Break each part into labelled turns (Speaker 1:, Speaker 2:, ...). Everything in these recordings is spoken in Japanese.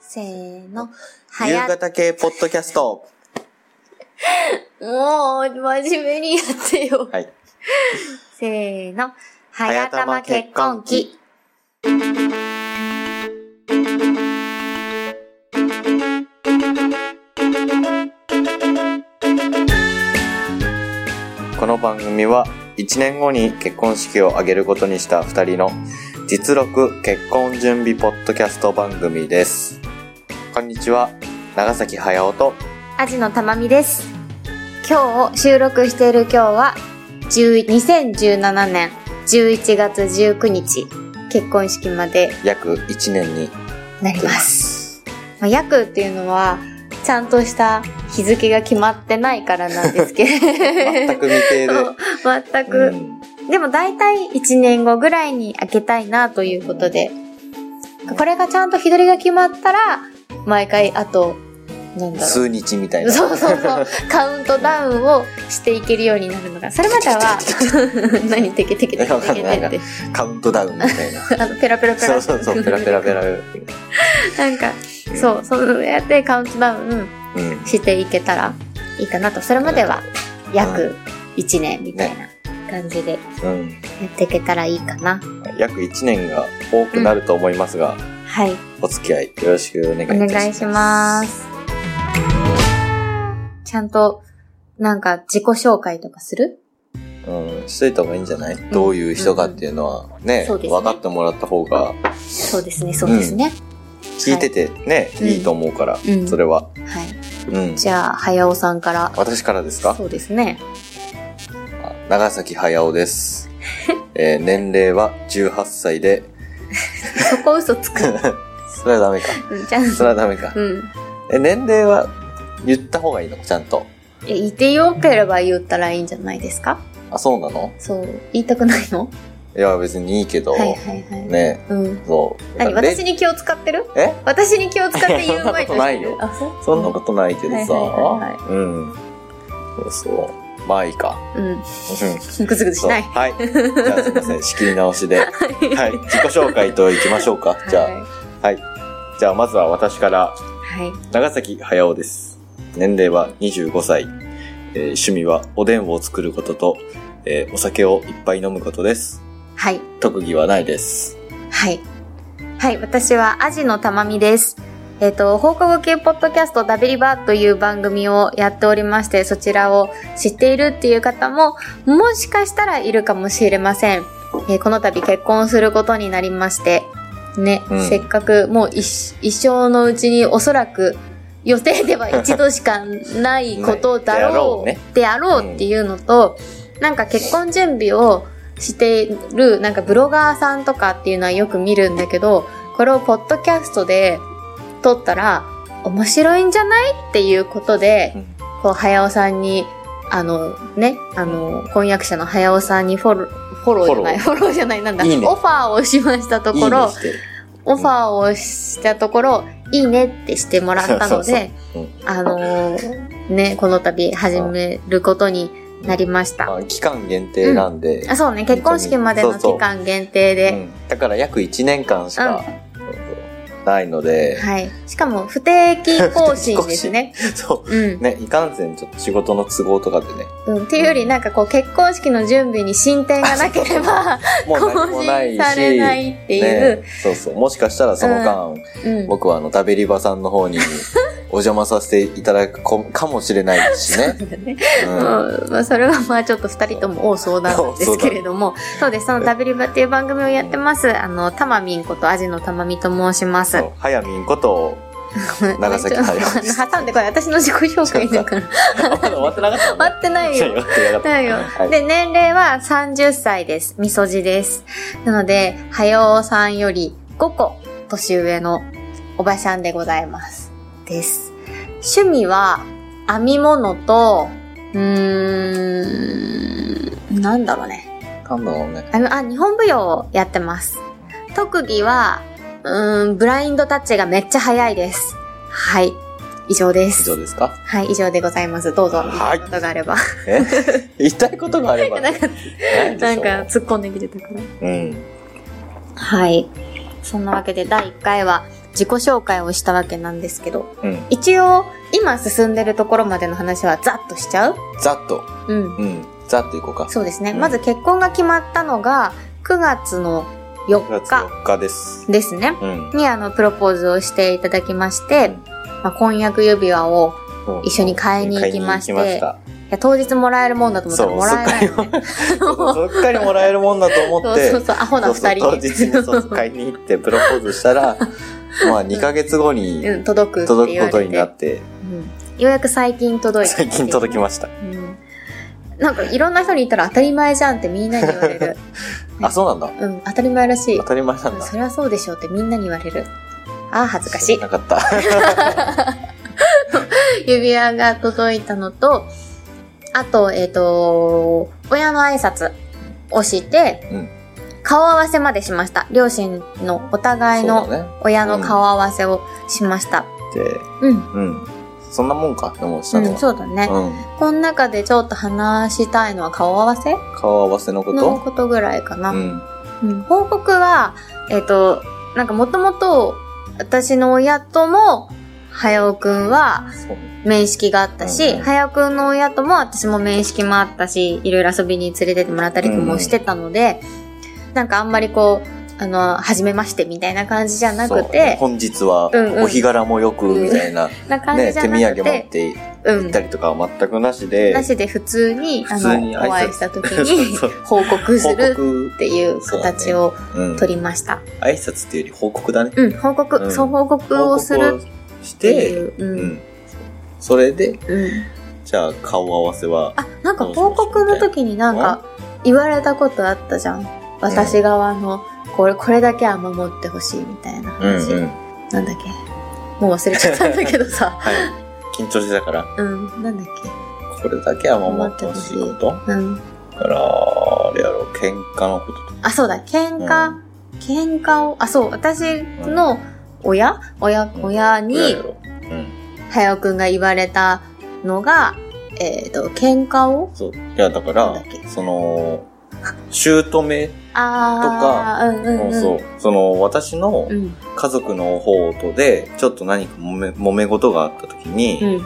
Speaker 1: せーの。は
Speaker 2: 夕
Speaker 1: や、
Speaker 2: 方系ポッドキャスト。
Speaker 1: もう、真面目にやっ てよ。
Speaker 2: はい。
Speaker 1: せーの。は
Speaker 2: 早
Speaker 1: やた
Speaker 2: 玉
Speaker 1: ま
Speaker 2: 結
Speaker 1: 結
Speaker 2: 婚
Speaker 1: 婚
Speaker 2: 記
Speaker 1: 記。
Speaker 2: この番組は1年後に結婚式を挙げることにした2人の実録結婚準備ポッドキャスト番組です。こんにちは。長崎駿と
Speaker 1: アジのたまみです。今日、収録している今日は、10 2017年11月19日、結婚式まで
Speaker 2: 約1年にな
Speaker 1: なり
Speaker 2: りま
Speaker 1: ます。
Speaker 2: す。
Speaker 1: まあ、約っていうのは、ちゃんとした日付が決まってないからなんですけど。
Speaker 2: 全く未定で。
Speaker 1: 全く。
Speaker 2: うん
Speaker 1: でも大体1年後ぐらいに開けたいなということで、これがちゃんと日取りが決まったら、毎回あと、なんだろう。
Speaker 2: 数日みたいな。
Speaker 1: そうそ うそう。カウントダウンをしていけるようになるのが。それまでは、 何テケテケテケテケテケ
Speaker 2: カウントダウンみたいな。
Speaker 1: あの、ペラペラペ ラ。
Speaker 2: そうそうそう、ペラペラペラ。うん。
Speaker 1: なんか、そう、そうやってカウントダウン
Speaker 2: うん。
Speaker 1: していけたらいいかなと。それまでは、約1年みたいな感じでや
Speaker 2: うん。
Speaker 1: っていけたらいいかな。
Speaker 2: 約1年が多くなると思いますが、
Speaker 1: はい。
Speaker 2: お付き合いよろしくお願いいたし
Speaker 1: お
Speaker 2: ます。
Speaker 1: 願いします。ちゃんと、なんか自己紹介とかする
Speaker 2: うん、しといた方がいいんじゃない、どういう人かっていうのはね、
Speaker 1: そうですね
Speaker 2: 分かってもらった方が
Speaker 1: そうですね、そうですね。
Speaker 2: 聞いててね、
Speaker 1: うん
Speaker 2: い、いと思うから、
Speaker 1: うん
Speaker 2: それは。
Speaker 1: はい。
Speaker 2: うん。
Speaker 1: じゃあ、早尾さんから。
Speaker 2: 私からですか
Speaker 1: そうですね。
Speaker 2: あ長崎駿 です。えー年齢は18歳で、
Speaker 1: そこ嘘つく。
Speaker 2: それはダメか。
Speaker 1: うんちゃん
Speaker 2: それはダメか。
Speaker 1: うん。
Speaker 2: え、年齢は言った方がいいのちゃんと。
Speaker 1: え言ってよければ言ったらいいんじゃないですか
Speaker 2: あ、そうなの
Speaker 1: そう。言いたくないの
Speaker 2: いや、別にいいけど、
Speaker 1: はいはいはい。
Speaker 2: ね、
Speaker 1: うん。
Speaker 2: そう。
Speaker 1: 何
Speaker 2: だから
Speaker 1: 私に気を使ってる
Speaker 2: え
Speaker 1: 私に気を使って言う前としてる
Speaker 2: そんなことないよ
Speaker 1: あ、そう
Speaker 2: そんなことないけどさ、
Speaker 1: はいはいはい
Speaker 2: うん。そうそう。まあいいか。
Speaker 1: うん。
Speaker 2: うん。
Speaker 1: ぐずぐずし
Speaker 2: そう
Speaker 1: ない。
Speaker 2: はい。じゃあすいません。仕切り直しで。はい。自己紹介といきましょうか。じ
Speaker 1: はい
Speaker 2: ゃ。あ、はい。じゃあまずは私から、
Speaker 1: はい。
Speaker 2: 長崎駿です。年齢は25歳。えー趣味はおでんを作ることと、えーお酒をいっぱい飲むことです。
Speaker 1: はい。
Speaker 2: 特技はないです。
Speaker 1: はい。はい、私はアジのたまみです。えっ、と、放課後系ポッドキャストダベリバという番組をやっておりまして、そちらを知っているっていう方も、もしかしたらいるかもしれません。えーこの度結婚することになりまして、ね、
Speaker 2: うん
Speaker 1: せっかくもう一一生のうちにおそらく予定では一度しか ないことだろう、
Speaker 2: ね
Speaker 1: であろうっていうのと、なんか結婚準備をしている、なんかブロガーさんとかっていうのはよく見るんだけど、これをポッドキャストで撮ったら面白いんじゃないっていうことで、こう、早尾さんに、あの、ね、あの、婚約者の早尾さんにフォロー、フォローじゃない、フォローじゃない、なんだ、
Speaker 2: いいね
Speaker 1: オファーをしましたと
Speaker 2: いい
Speaker 1: ころ
Speaker 2: ね、してる。
Speaker 1: オファーをしたところ、いいねってしてもらったので
Speaker 2: そうそうそう、
Speaker 1: あのーね、この度始めることになりました。
Speaker 2: まあ、期間限定なんで、
Speaker 1: あそうね、結婚式までの期間限定
Speaker 2: う
Speaker 1: で。
Speaker 2: ん、だから約1年間しかないので、
Speaker 1: はい。しかも、不定期更新ですね。
Speaker 2: そ
Speaker 1: うん
Speaker 2: う。ねいかんせんちょっと仕事の都合とかでね
Speaker 1: うん。っていうより、なんかこう、結婚式の準備に進展がなければ、
Speaker 2: もう何も
Speaker 1: 更
Speaker 2: ない
Speaker 1: 新
Speaker 2: し
Speaker 1: されないっていう
Speaker 2: ね。、そうそうもしかしたらその間、
Speaker 1: うん。
Speaker 2: 僕はあのダベリバさんの方にお邪魔させていただくこかもしれないしね、う
Speaker 1: うん
Speaker 2: は
Speaker 1: まあ、それはまあちょっと二人とも大相談なんですけれども、そうです、そのダブリバっていう番組をやってます、あの、たまみんこと、アジのたまみと申します。
Speaker 2: やみんこと長崎はやみです
Speaker 1: ちょっと挟んでこれ私の自己紹介だから。
Speaker 2: あまだ終わってなかったの
Speaker 1: 待ってないよ。
Speaker 2: 終わってな
Speaker 1: だよ
Speaker 2: かった。はい
Speaker 1: で、年齢は30歳です。みそじです。なので、はようさんより5個年上のおばさんでございます。です。趣味は、編み物と、うーん、なんだろうね。
Speaker 2: なんだろうね
Speaker 1: あの、あ、日本舞踊をやってます。特技は、うーん、ブラインドタッチがめっちゃ早いです。はい。以上で
Speaker 2: 以上
Speaker 1: す。
Speaker 2: です か
Speaker 1: はい、以上でございます。どうぞ、
Speaker 2: は
Speaker 1: はいい、ことがあれば。
Speaker 2: え言いたいことがあれば
Speaker 1: なんか、
Speaker 2: ないでしょ
Speaker 1: なんか突っ込んできてたから。
Speaker 2: うん
Speaker 1: はい。そんなわけで、第1回は、自己紹介をしたわけなんですけど、
Speaker 2: うん。
Speaker 1: 一応、今進んでるところまでの話はざっとしちゃう
Speaker 2: ざっと。
Speaker 1: うん。
Speaker 2: うん。ざっといこうか。
Speaker 1: そうですね。
Speaker 2: うん
Speaker 1: まず結婚が決まったのが、9月の
Speaker 2: 9
Speaker 1: 4
Speaker 2: 月
Speaker 1: 日
Speaker 2: 4日です。
Speaker 1: ですね。
Speaker 2: うん。
Speaker 1: にあの、プロポーズをしていただきまして、
Speaker 2: うん
Speaker 1: まあ、婚約指輪を、
Speaker 2: そう
Speaker 1: 一緒に買いに行きまして
Speaker 2: 買いに行き
Speaker 1: いや、当日もらえるもんだと思った
Speaker 2: そう
Speaker 1: らもらえないよね。
Speaker 2: ました。そっかりもらえるもんだと思
Speaker 1: そ
Speaker 2: っ
Speaker 1: う
Speaker 2: て
Speaker 1: そう、そう、アホな
Speaker 2: そうそう
Speaker 1: 二人。
Speaker 2: 当日にそう買いに行ってプロポーズしたら、まあ2ヶ月後に
Speaker 1: うん、届くって
Speaker 2: 届
Speaker 1: 言
Speaker 2: く
Speaker 1: わ
Speaker 2: こ
Speaker 1: れて。
Speaker 2: とになって、
Speaker 1: うん、ようやく最近届いた。
Speaker 2: 最近届きました。
Speaker 1: うん。なんかいろんな人に言ったら当たり前じゃんってみんなに言われる。
Speaker 2: あ、そうなんだ。
Speaker 1: うん、当たり前らしい
Speaker 2: 当。たり前なんだ。
Speaker 1: そりゃそうでしょうってみんなに言われる。ああ、恥ずかし
Speaker 2: 知
Speaker 1: い。
Speaker 2: らなかった。
Speaker 1: 指輪が届いたのと、あと、えっ、と、親の挨拶をして、
Speaker 2: うん
Speaker 1: 顔合わせまでしました。両親のお互
Speaker 2: そ
Speaker 1: い
Speaker 2: う
Speaker 1: の
Speaker 2: だね。
Speaker 1: 親の顔合わせをしました。
Speaker 2: で、
Speaker 1: うん。
Speaker 2: うん。そんなもんかって思って
Speaker 1: う
Speaker 2: たの
Speaker 1: ん、
Speaker 2: は。
Speaker 1: そうだね。
Speaker 2: うん。
Speaker 1: この中でちょっと話したいのは顔合わせ
Speaker 2: 顔合わせのこ
Speaker 1: の
Speaker 2: と
Speaker 1: ことぐらいかな。
Speaker 2: うん。
Speaker 1: うん報告は、えっ、と、なんかもともと、私の親とも、はやおくんは、
Speaker 2: そう
Speaker 1: 面識があったし、
Speaker 2: うん
Speaker 1: はやおくんの親とも私も面識もあったし、いろいろ遊びに連れてってもらったりとかもしてたので、なんかあんまりこう、あの、はじめましてみたいな感じじゃな
Speaker 2: そう
Speaker 1: くて、
Speaker 2: 本日は
Speaker 1: うんうん
Speaker 2: お日柄もよく、みたいな。
Speaker 1: な感じ
Speaker 2: ね、
Speaker 1: じゃ
Speaker 2: 手土
Speaker 1: なく、
Speaker 2: 産持ってて
Speaker 1: う
Speaker 2: 行った
Speaker 1: ん。
Speaker 2: りとかは全くなしで、
Speaker 1: なしで普通に、あ
Speaker 2: 普通に
Speaker 1: の、
Speaker 2: 挨拶
Speaker 1: お会いした時 に
Speaker 2: そう、
Speaker 1: 報告す
Speaker 2: 報
Speaker 1: る
Speaker 2: 告
Speaker 1: っ、ていう形を
Speaker 2: うん、挨
Speaker 1: 取りました。
Speaker 2: 拶っていうより報告だね。
Speaker 1: うん、報告、
Speaker 2: うん
Speaker 1: そう報告をする
Speaker 2: 報告をし
Speaker 1: って
Speaker 2: て、
Speaker 1: いう。う。
Speaker 2: うんん。それで、
Speaker 1: うん。
Speaker 2: じゃあ顔合わせは、
Speaker 1: あ、なんか報告の時になんか言われたことあったじゃん。私側の、これ、これだけは守ってほしいみたいな話。
Speaker 2: うんうん。
Speaker 1: なんだっけもう忘れちゃったんだけど さ。
Speaker 2: はい。緊張してたから、
Speaker 1: うん、なんだっ
Speaker 2: これだけは守ってほしいこと
Speaker 1: けうん。
Speaker 2: だから、あれやろ、喧嘩のこととか。
Speaker 1: あ、そうだ、喧
Speaker 2: う
Speaker 1: 嘩、喧嘩を、あ、そう、私の親親、
Speaker 2: うん
Speaker 1: 親
Speaker 2: ぐらい
Speaker 1: に
Speaker 2: や、ろうん。
Speaker 1: はやおくんが言われたのが、えっ、と、喧嘩を
Speaker 2: そう。いや、だか
Speaker 1: なんだ
Speaker 2: ら
Speaker 1: っけ、
Speaker 2: その、姑
Speaker 1: あー、うんうん
Speaker 2: の、
Speaker 1: うん。
Speaker 2: そう。その、私の
Speaker 1: うん。
Speaker 2: 家族の方とで、ちょっと何か揉め揉め事があった時
Speaker 1: う
Speaker 2: に、
Speaker 1: ん。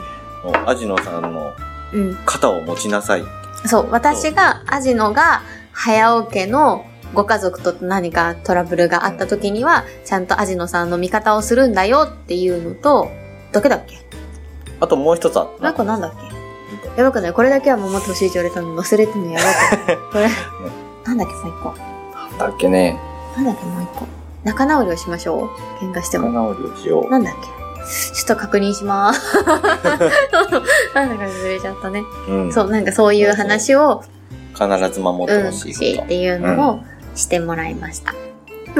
Speaker 2: アジノさんの
Speaker 1: うん。
Speaker 2: 肩を持ちなさい。
Speaker 1: そう、私が、アジノが、早尾家のご家族と何かトラブルがあった時には、ちゃんとアジノさんの味方をするんだよっていうのと、だけだっけ
Speaker 2: あともう一つあった。
Speaker 1: もう一個なんだっけやばくないこれだけは守ってほしいって言われたのに忘れてんのやば くないこれ、なんだっけもう一個。
Speaker 2: なんだっけね。
Speaker 1: なんだっけもう一個。仲直りをしましょう喧嘩して
Speaker 2: 仲
Speaker 1: も。
Speaker 2: 直りをしよう。
Speaker 1: なんだっけちょっと確認しまーす。 なんだか忘れちゃったね。
Speaker 2: うん。必
Speaker 1: そう、なんかそういう話を、
Speaker 2: ず守って
Speaker 1: う
Speaker 2: ほ
Speaker 1: ん、
Speaker 2: しい
Speaker 1: し
Speaker 2: こと
Speaker 1: っ。ていうのをしてもらいました。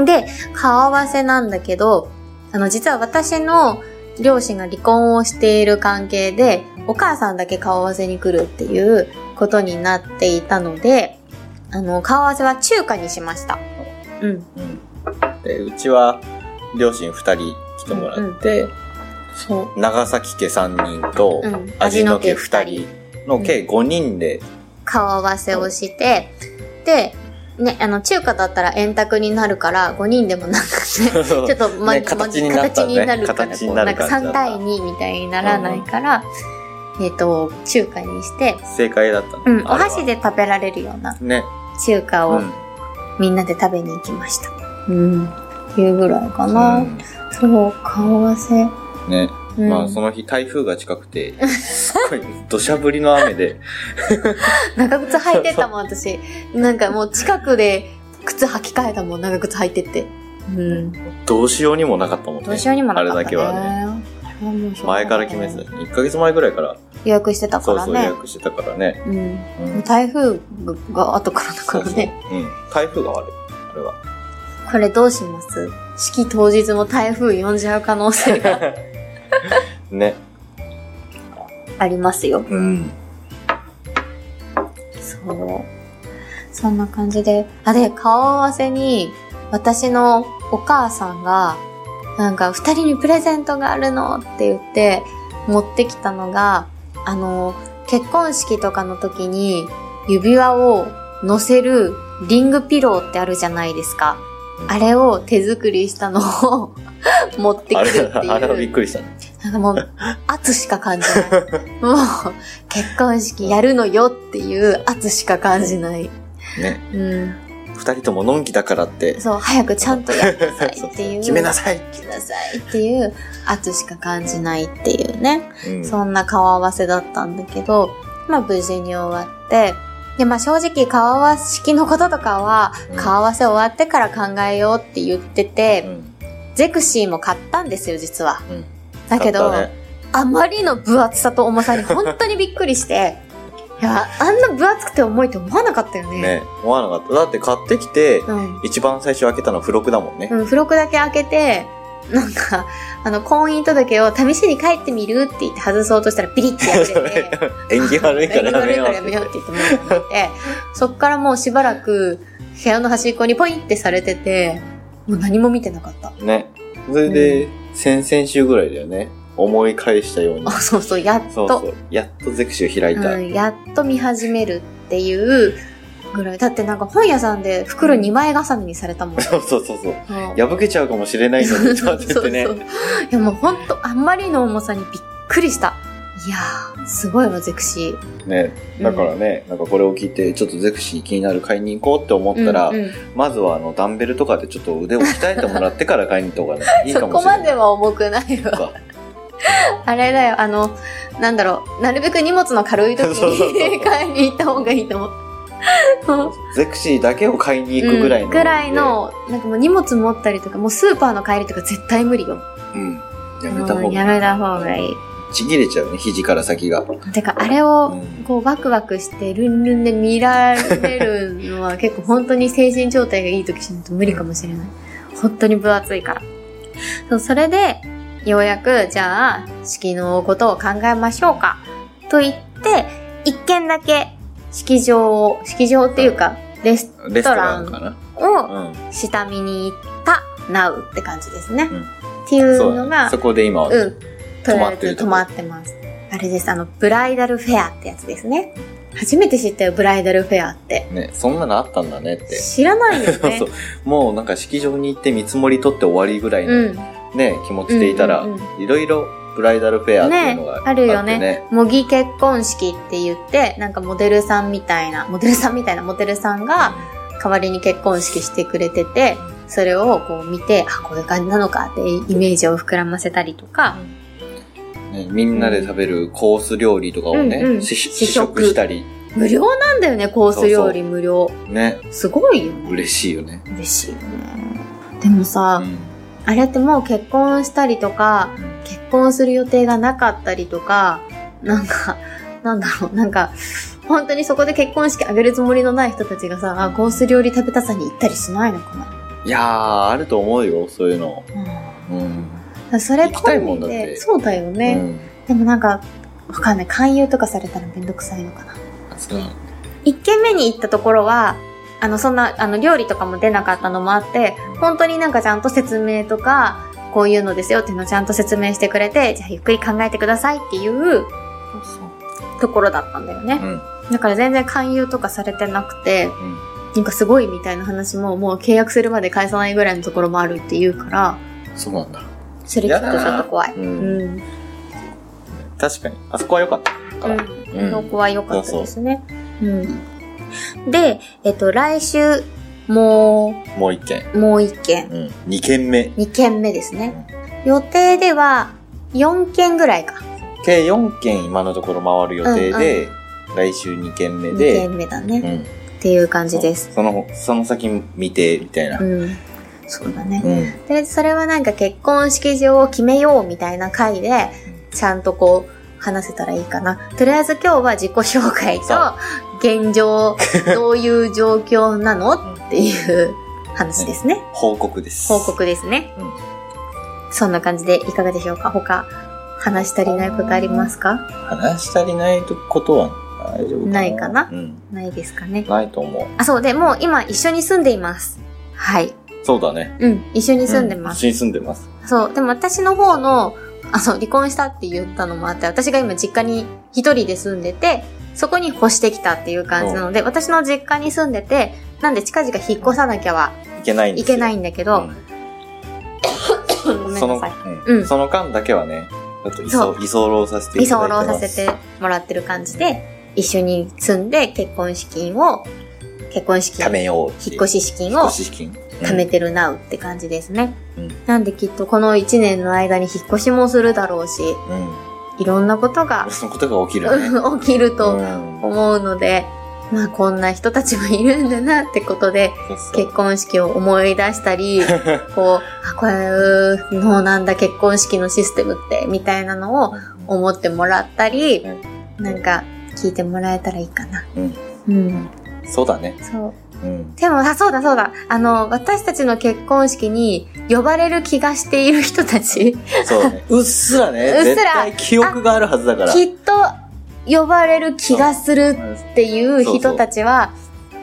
Speaker 1: で、顔合わせなんだけど、あの、実は私の両親が離婚をしている関係で、お母さんだけ顔合わせに来るっていうことになっていたので、あの、顔合わせは中華にしました。うん。
Speaker 2: うん。で、うちは、両親二人来てもらって、
Speaker 1: そう。
Speaker 2: 長崎家三人と
Speaker 1: うん、
Speaker 2: 味の家
Speaker 1: 味の
Speaker 2: 二
Speaker 1: 家
Speaker 2: 人の
Speaker 1: 二
Speaker 2: 計五人で、
Speaker 1: 顔合わせをして、で、ね、あの、中華だったら円卓になるから、5人でもなんかね、 ちょっと、ま
Speaker 2: ね形になった
Speaker 1: 形になるから、
Speaker 2: ね
Speaker 1: こうな
Speaker 2: 形にな
Speaker 1: んか3
Speaker 2: る感
Speaker 1: 対
Speaker 2: じだった
Speaker 1: 2みたいにならないから、えっ、と、中華にして、
Speaker 2: 正解だったね
Speaker 1: うん、お
Speaker 2: あれは
Speaker 1: 箸で食べられるような
Speaker 2: ね。
Speaker 1: 中華
Speaker 2: う
Speaker 1: を
Speaker 2: ん
Speaker 1: みんなで食べに行きました。うん。っていうぐらいかな。
Speaker 2: うん
Speaker 1: そう、顔合わせ。
Speaker 2: ね。
Speaker 1: うん、
Speaker 2: まあ、その日台風が近くて、すごい土砂降りの雨で、
Speaker 1: 長靴履いてったもん、私。なんかもう近くで靴履き替えたもん、長靴履いてって。うん。
Speaker 2: どうしようにもなかったもんね。
Speaker 1: どうしようにもなかった、
Speaker 2: あ
Speaker 1: ね。
Speaker 2: れだけはね。
Speaker 1: ね。
Speaker 2: 前から決めてた。1ヶ月前ぐらいから、
Speaker 1: 予約してたか
Speaker 2: そう
Speaker 1: ら
Speaker 2: そう予
Speaker 1: ね。
Speaker 2: 約してたからね。
Speaker 1: うん。
Speaker 2: うん
Speaker 1: 台風が後からだからね。
Speaker 2: そうそううん。台風が悪い。あれは。
Speaker 1: これどうします式当日も台風呼んじゃう可能性が
Speaker 2: ね。
Speaker 1: ありますよ。
Speaker 2: うん。
Speaker 1: そう。そんな感じで。あ、で、顔合わせに、私のお母さんが、なんか、二人にプレゼントがあるのって言って、持ってきたのが、あの、結婚式とかの時に、指輪を乗せるリングピローってあるじゃないですか。あれを手作りしたのを 持ってく
Speaker 2: あれ
Speaker 1: るっていう。
Speaker 2: あれはびっくりしたね。
Speaker 1: なんかも う、圧しか感じない。もう、結婚式やるのよっていう圧しか感じない。
Speaker 2: ね。
Speaker 1: うん。
Speaker 2: 二人とものんきだからって。
Speaker 1: そう、早くちゃんとやりな さいっていう。
Speaker 2: 決めなさい、
Speaker 1: 決めなさいっていう圧しか感じないっていうね。
Speaker 2: うん、
Speaker 1: そんな顔合わせだったんだけど、まあ無事に終わって、で、まあ正直顔合わせ式のこととかは
Speaker 2: うん、
Speaker 1: 顔合わせ終わってから考えようって言って
Speaker 2: う
Speaker 1: て、
Speaker 2: ん
Speaker 1: ゼクシーも買ったんですよ、実は。
Speaker 2: うん
Speaker 1: だけど、
Speaker 2: 買ったね
Speaker 1: あまりの分厚さと重さに本当にびっくりして、いや、あんな分厚くて重いと思わなかったよね。
Speaker 2: ね、思わなかった。だって買ってきて、
Speaker 1: うん。
Speaker 2: 一番最初開けたの付録だもん ね。
Speaker 1: うん、付録だけ開けて、なんか、あの、婚姻届を試しに書いてみるって言って外そうとしたらビリッてやって て、
Speaker 2: 縁起悪いか
Speaker 1: え
Speaker 2: らやめよう
Speaker 1: やめようって言ってもらって、そっからもうしばらく部屋の端っこにポインってされてて、もう何も見てなかった。
Speaker 2: ね。それで、先々週ぐらいだよね。思い返したように
Speaker 1: あ、。そうそう、やっと。
Speaker 2: そうそう。やっとゼクシーを開いた。
Speaker 1: うん、やっと見始めるっていうぐらい。だってなんか本屋さんで袋2枚重ねにされたもん。
Speaker 2: そうそうそうそう。
Speaker 1: うん
Speaker 2: 破けちゃうかもしれないの に、とかって言ってね。
Speaker 1: そうそういやもうほんと、あんまりの重さにびっくりした。いやー、すごいわ、ゼクシ
Speaker 2: ね。
Speaker 1: ー。
Speaker 2: だからね、なんかこれを聞いて、ちょっとゼクシー気になる買いに行こうって思ったら、
Speaker 1: うんうん
Speaker 2: まずはあの、ダンベルとかでちょっと腕を鍛えてもらってから買いに行った方がねいいか
Speaker 1: そ
Speaker 2: も
Speaker 1: こ
Speaker 2: しれな
Speaker 1: ま
Speaker 2: い。
Speaker 1: では重くないわ。
Speaker 2: そうか
Speaker 1: あれだよ、あの、なんだろう、なるべく荷物の軽い時
Speaker 2: そうそうそう
Speaker 1: に 買いに行った方がいいと思う。
Speaker 2: ゼクシーだけを買いに行くぐらいの、
Speaker 1: うんぐらいの、なんかもう荷物持ったりとか、もうスーパーの帰りとか絶対無理よ。
Speaker 2: うん。やめた
Speaker 1: う
Speaker 2: 方
Speaker 1: ん
Speaker 2: が
Speaker 1: やめた方がいい。
Speaker 2: ちぎれちゃうね、肘から先が。
Speaker 1: てか、あれ
Speaker 2: う
Speaker 1: を、
Speaker 2: ん
Speaker 1: こう、ワクワクして、ルンルンで見られるのは、結構本当に精神状態がいい時しないと無理かもしれない。本当に分厚いから。そう、それで、ようやく、じゃあ、式のことを考えましょうか。と言って、一軒だけ、式場を、式場っていうか、レス
Speaker 2: レストランかな。う
Speaker 1: を
Speaker 2: ん。
Speaker 1: 下見に行った、ナウって感じですね。
Speaker 2: うん
Speaker 1: っていうのが
Speaker 2: そ、こで今は、
Speaker 1: うん。
Speaker 2: 止まってると
Speaker 1: 止
Speaker 2: こ
Speaker 1: まってます。あれです。あの、ブライダルフェアってやつですね。初めて知ったよ、ブライダルフェアって。
Speaker 2: ね、そんなのあったんだねって。
Speaker 1: 知らないよね
Speaker 2: そう。もうなんか式場に行って見積もり取って終わりぐらいの、
Speaker 1: うん。
Speaker 2: ね、気持ちでいたら、
Speaker 1: うんうん
Speaker 2: いろいろブライダルフェアっていうのがあって、ね、
Speaker 1: ねあるよね模擬結婚式って言って、なんかモデルさんみたいな、モデルさんみたいなモデルさんが代わりに結婚式してくれてて、それをこう見て、あ、こういう感じなのかってイメージを膨らませたりとか、
Speaker 2: ねみんなで食べるコース料理とかをね、
Speaker 1: うんうん
Speaker 2: 試試
Speaker 1: 試食
Speaker 2: 食したり、
Speaker 1: 無料なんだよね、コース料理無料。
Speaker 2: ね、
Speaker 1: すごいよね。
Speaker 2: 嬉しいよね。
Speaker 1: 嬉しいよね。でもさ、
Speaker 2: うん
Speaker 1: あれってもう結婚したりとか、結婚する予定がなかったりとか、なんか、なんだろう、なんか、本当にそこで結婚式あげるつもりのない人たちがさ、あ、コース料理食べたさに行ったりしないのかな。
Speaker 2: いやー、あると思うよ、そういうの。
Speaker 1: うん
Speaker 2: うん。
Speaker 1: だからそれ
Speaker 2: 行きたいもん
Speaker 1: 込
Speaker 2: だ
Speaker 1: み
Speaker 2: って
Speaker 1: で、そうだよね。でもなんか、わかんない。勧誘とかされたらめんどくさいのかな。
Speaker 2: うん。そう
Speaker 1: 一軒目に行ったところは、あの、そんな、あの、料理とかも出なかったのもあって、本当になんかちゃんと説明とか、こういうのですよっていうのをちゃんと説明してくれて、じゃあゆっくり考えてくださいってい
Speaker 2: そ
Speaker 1: う
Speaker 2: う。
Speaker 1: ところだったんだよね
Speaker 2: う。ん。
Speaker 1: だから全然勧誘とかされてなくて、
Speaker 2: うん
Speaker 1: なんかすごいみたいな話ももう契約するまで返さないぐらいのところもあるっていうから、
Speaker 2: そうなんだ。
Speaker 1: それ聞くとちょっと怖い。
Speaker 2: う。
Speaker 1: うんん。
Speaker 2: 確かに。あそこは良かったから。
Speaker 1: うん。そこは良かったですね。うん。で、えっと、来週、も
Speaker 2: もう一軒。
Speaker 1: う、もう一件。
Speaker 2: うん。二軒目。
Speaker 1: 2件目ですね。予定では4件ぐらいか。
Speaker 2: 計4軒今のところ回る予定で、来週2軒目
Speaker 1: 2
Speaker 2: で、
Speaker 1: 件目だ
Speaker 2: う
Speaker 1: ね。
Speaker 2: ん。
Speaker 1: っていう感じです。
Speaker 2: その、その先見て、みたいな。
Speaker 1: う。
Speaker 2: うん
Speaker 1: そうだね。
Speaker 2: ん。
Speaker 1: とりあえずそれはなんか結婚式場を決めようみたいな回で、ちゃんとこう、話せたらいいかな。とりあえず今日は自己紹介と
Speaker 2: そ、
Speaker 1: 現状、どういう状況なのっていう話ですね。
Speaker 2: 報告です。
Speaker 1: 報。告ですね。
Speaker 2: うん
Speaker 1: そんな感じでいかがでしょうか他、話し足りないことありますか
Speaker 2: 話し足りないことは大丈夫かな。
Speaker 1: ないかな
Speaker 2: うん。
Speaker 1: ないですかね。
Speaker 2: ないと思
Speaker 1: あ、そう、で、もう今一緒に住んでいます。はい。
Speaker 2: う。そうだね。
Speaker 1: うん、一緒に住んでま
Speaker 2: う
Speaker 1: す。
Speaker 2: 一緒に住んでます。
Speaker 1: そう、でも私の方の、あの、離婚したって言ったのもあって、私が今実家に一人で住んでて、そこに越してきたっていう感じなので、私の実家に住んでて、なんで近々引っ越さなきゃはい
Speaker 2: けないんで
Speaker 1: い
Speaker 2: すよ
Speaker 1: けない
Speaker 2: ん
Speaker 1: んだけど、ごめんな
Speaker 2: その、
Speaker 1: ごめんな
Speaker 2: うん
Speaker 1: うん
Speaker 2: その間だけはね、ちょっと居
Speaker 1: そう
Speaker 2: 候居候させて
Speaker 1: 居
Speaker 2: いただい
Speaker 1: 候
Speaker 2: てます。
Speaker 1: させてもらってる感じで、一緒に住んで結婚資金を、結婚資金
Speaker 2: 貯、めようって
Speaker 1: 引
Speaker 2: いう。
Speaker 1: っ越し資金
Speaker 2: 引っ
Speaker 1: を
Speaker 2: 越し資金。
Speaker 1: 貯めてるなうって感じですね。
Speaker 2: うん
Speaker 1: なんできっとこの1年の間に引っ越しもするだろうし、
Speaker 2: うん。うん
Speaker 1: いろんなことが
Speaker 2: そのことが起きるね。
Speaker 1: 起きる
Speaker 2: う
Speaker 1: と
Speaker 2: ん
Speaker 1: 思うので、まあこんな人たちもいるんだなってことで、
Speaker 2: そうそう
Speaker 1: 結婚式を思い出し たり、こう、あ、これのなんだ結婚式のシステムって、みたいなのを思ってもらったり、なんか聞いてもらえたらいいかな。
Speaker 2: うん
Speaker 1: うん。
Speaker 2: そうだね。
Speaker 1: そう。
Speaker 2: うん。
Speaker 1: でも、あ、そうだそうだ。あの、私たちの結婚式に呼ばれる気がしている人たち、
Speaker 2: そう ね。うっすらね。
Speaker 1: うっすら
Speaker 2: 絶対記憶があるはずだから。
Speaker 1: きっと呼ばれる気がする
Speaker 2: うん
Speaker 1: っていう人たちは、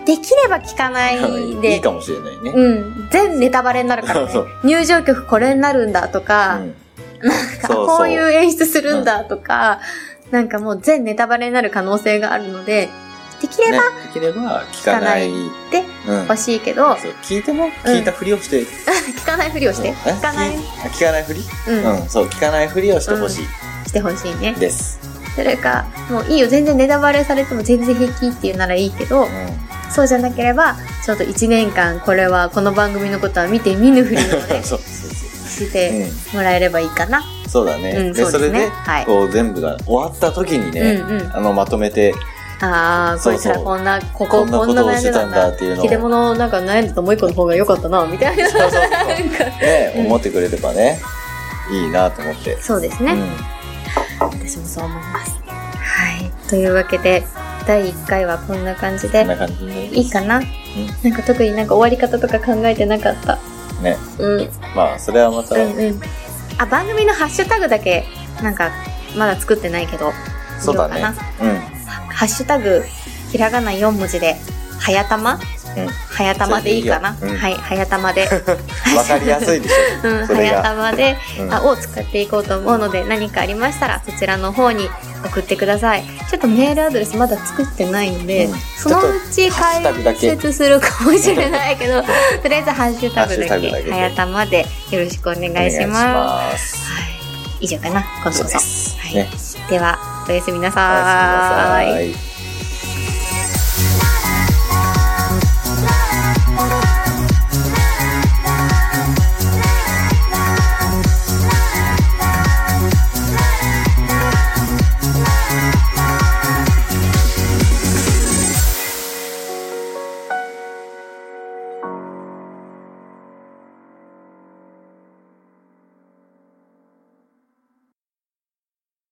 Speaker 1: できれば聞かない
Speaker 2: いい
Speaker 1: で、
Speaker 2: かもしれないね。
Speaker 1: うん、全ネタバレになるから ね
Speaker 2: そう。
Speaker 1: 入場曲これになるんだとか、
Speaker 2: うん
Speaker 1: なんか
Speaker 2: そうそう
Speaker 1: こういう演出するんだとか、なんかもう全ネタバレになる可能性があるので、できれ
Speaker 2: ね
Speaker 1: ば、
Speaker 2: できれば聞かない。
Speaker 1: で
Speaker 2: うん
Speaker 1: 欲しいけど、
Speaker 2: そう聞いても聞いたふりをして、
Speaker 1: 聞かないふりをして、
Speaker 2: え
Speaker 1: 聞かない、う
Speaker 2: 聞かないふり、うん
Speaker 1: ん、
Speaker 2: そう聞かないふりをしてほしい
Speaker 1: してほしいね。
Speaker 2: です、
Speaker 1: それか、もういいよ、全然ネタバレされても全然平気っていうならいいけ
Speaker 2: う
Speaker 1: ど
Speaker 2: ん、、
Speaker 1: そうじゃなければ、ちょっと1年間これは、この番組のことは見て見ぬふりをね
Speaker 2: そうそうそ
Speaker 1: して
Speaker 2: う、
Speaker 1: もらえればいいかな。
Speaker 2: うん、そうだね、
Speaker 1: うん、
Speaker 2: で
Speaker 1: そう
Speaker 2: そ
Speaker 1: で
Speaker 2: れ
Speaker 1: すね。
Speaker 2: で
Speaker 1: はい。
Speaker 2: こう全部が終わった時に
Speaker 1: う
Speaker 2: ね、
Speaker 1: んうん。
Speaker 2: あのまとめて
Speaker 1: ああ、
Speaker 2: そ
Speaker 1: こ
Speaker 2: う
Speaker 1: い
Speaker 2: そう
Speaker 1: つらこんな、
Speaker 2: こ
Speaker 1: ここ、
Speaker 2: んな
Speaker 1: こ
Speaker 2: こ
Speaker 1: んな
Speaker 2: とを
Speaker 1: 悩
Speaker 2: し
Speaker 1: ん
Speaker 2: て
Speaker 1: で
Speaker 2: た
Speaker 1: た
Speaker 2: ん
Speaker 1: ん
Speaker 2: だ
Speaker 1: だ。
Speaker 2: っていうのを
Speaker 1: 切れ物なんか悩んでたもう一個の方が良かったな、みたいな。
Speaker 2: そうそうそう
Speaker 1: なんか
Speaker 2: ね
Speaker 1: うん
Speaker 2: 思ってくれればねいいなと思って、
Speaker 1: そうです
Speaker 2: う
Speaker 1: ね、
Speaker 2: ん、
Speaker 1: 私もそう思います。はい。というわけで、第1回はこんな感じ
Speaker 2: こ
Speaker 1: で
Speaker 2: ん、な感じで
Speaker 1: いいかな、なんか特になんか終わり方とか考えてなかった。
Speaker 2: ね
Speaker 1: うん。うん
Speaker 2: まあそれはまた、
Speaker 1: うん。あ、番組のハッシュタグだけ、なんか、まだ作ってないけど、
Speaker 2: そうだ
Speaker 1: 見よ
Speaker 2: ね
Speaker 1: うか
Speaker 2: うん
Speaker 1: なハッシュタグ、ひらがな4文字で、はやたま
Speaker 2: うん
Speaker 1: はやたまでいいかな
Speaker 2: それでいいようん
Speaker 1: はい、はやたまで。
Speaker 2: わかりやすいでし
Speaker 1: うん、
Speaker 2: そ
Speaker 1: は
Speaker 2: れが
Speaker 1: やたまで、
Speaker 2: ょ、うん
Speaker 1: あ、を使っていこうと思うので、何かありましたら、そちらの方に送ってください。ちょっとメールアドレスまだ作ってないんで、
Speaker 2: うん
Speaker 1: そのうち解説するかもしれないけど、とりあえずハッシュタ
Speaker 2: ハッ
Speaker 1: グだ
Speaker 2: シ
Speaker 1: け、
Speaker 2: ュタグだけ
Speaker 1: はやたまでよろしくお願いします。
Speaker 2: す
Speaker 1: はい以上かな、今度
Speaker 2: そう
Speaker 1: こ
Speaker 2: で
Speaker 1: そ。
Speaker 2: す、
Speaker 1: はい
Speaker 2: ね
Speaker 1: では、おやすみな
Speaker 2: おやすみな
Speaker 1: さ
Speaker 2: さ
Speaker 1: ーい。
Speaker 2: い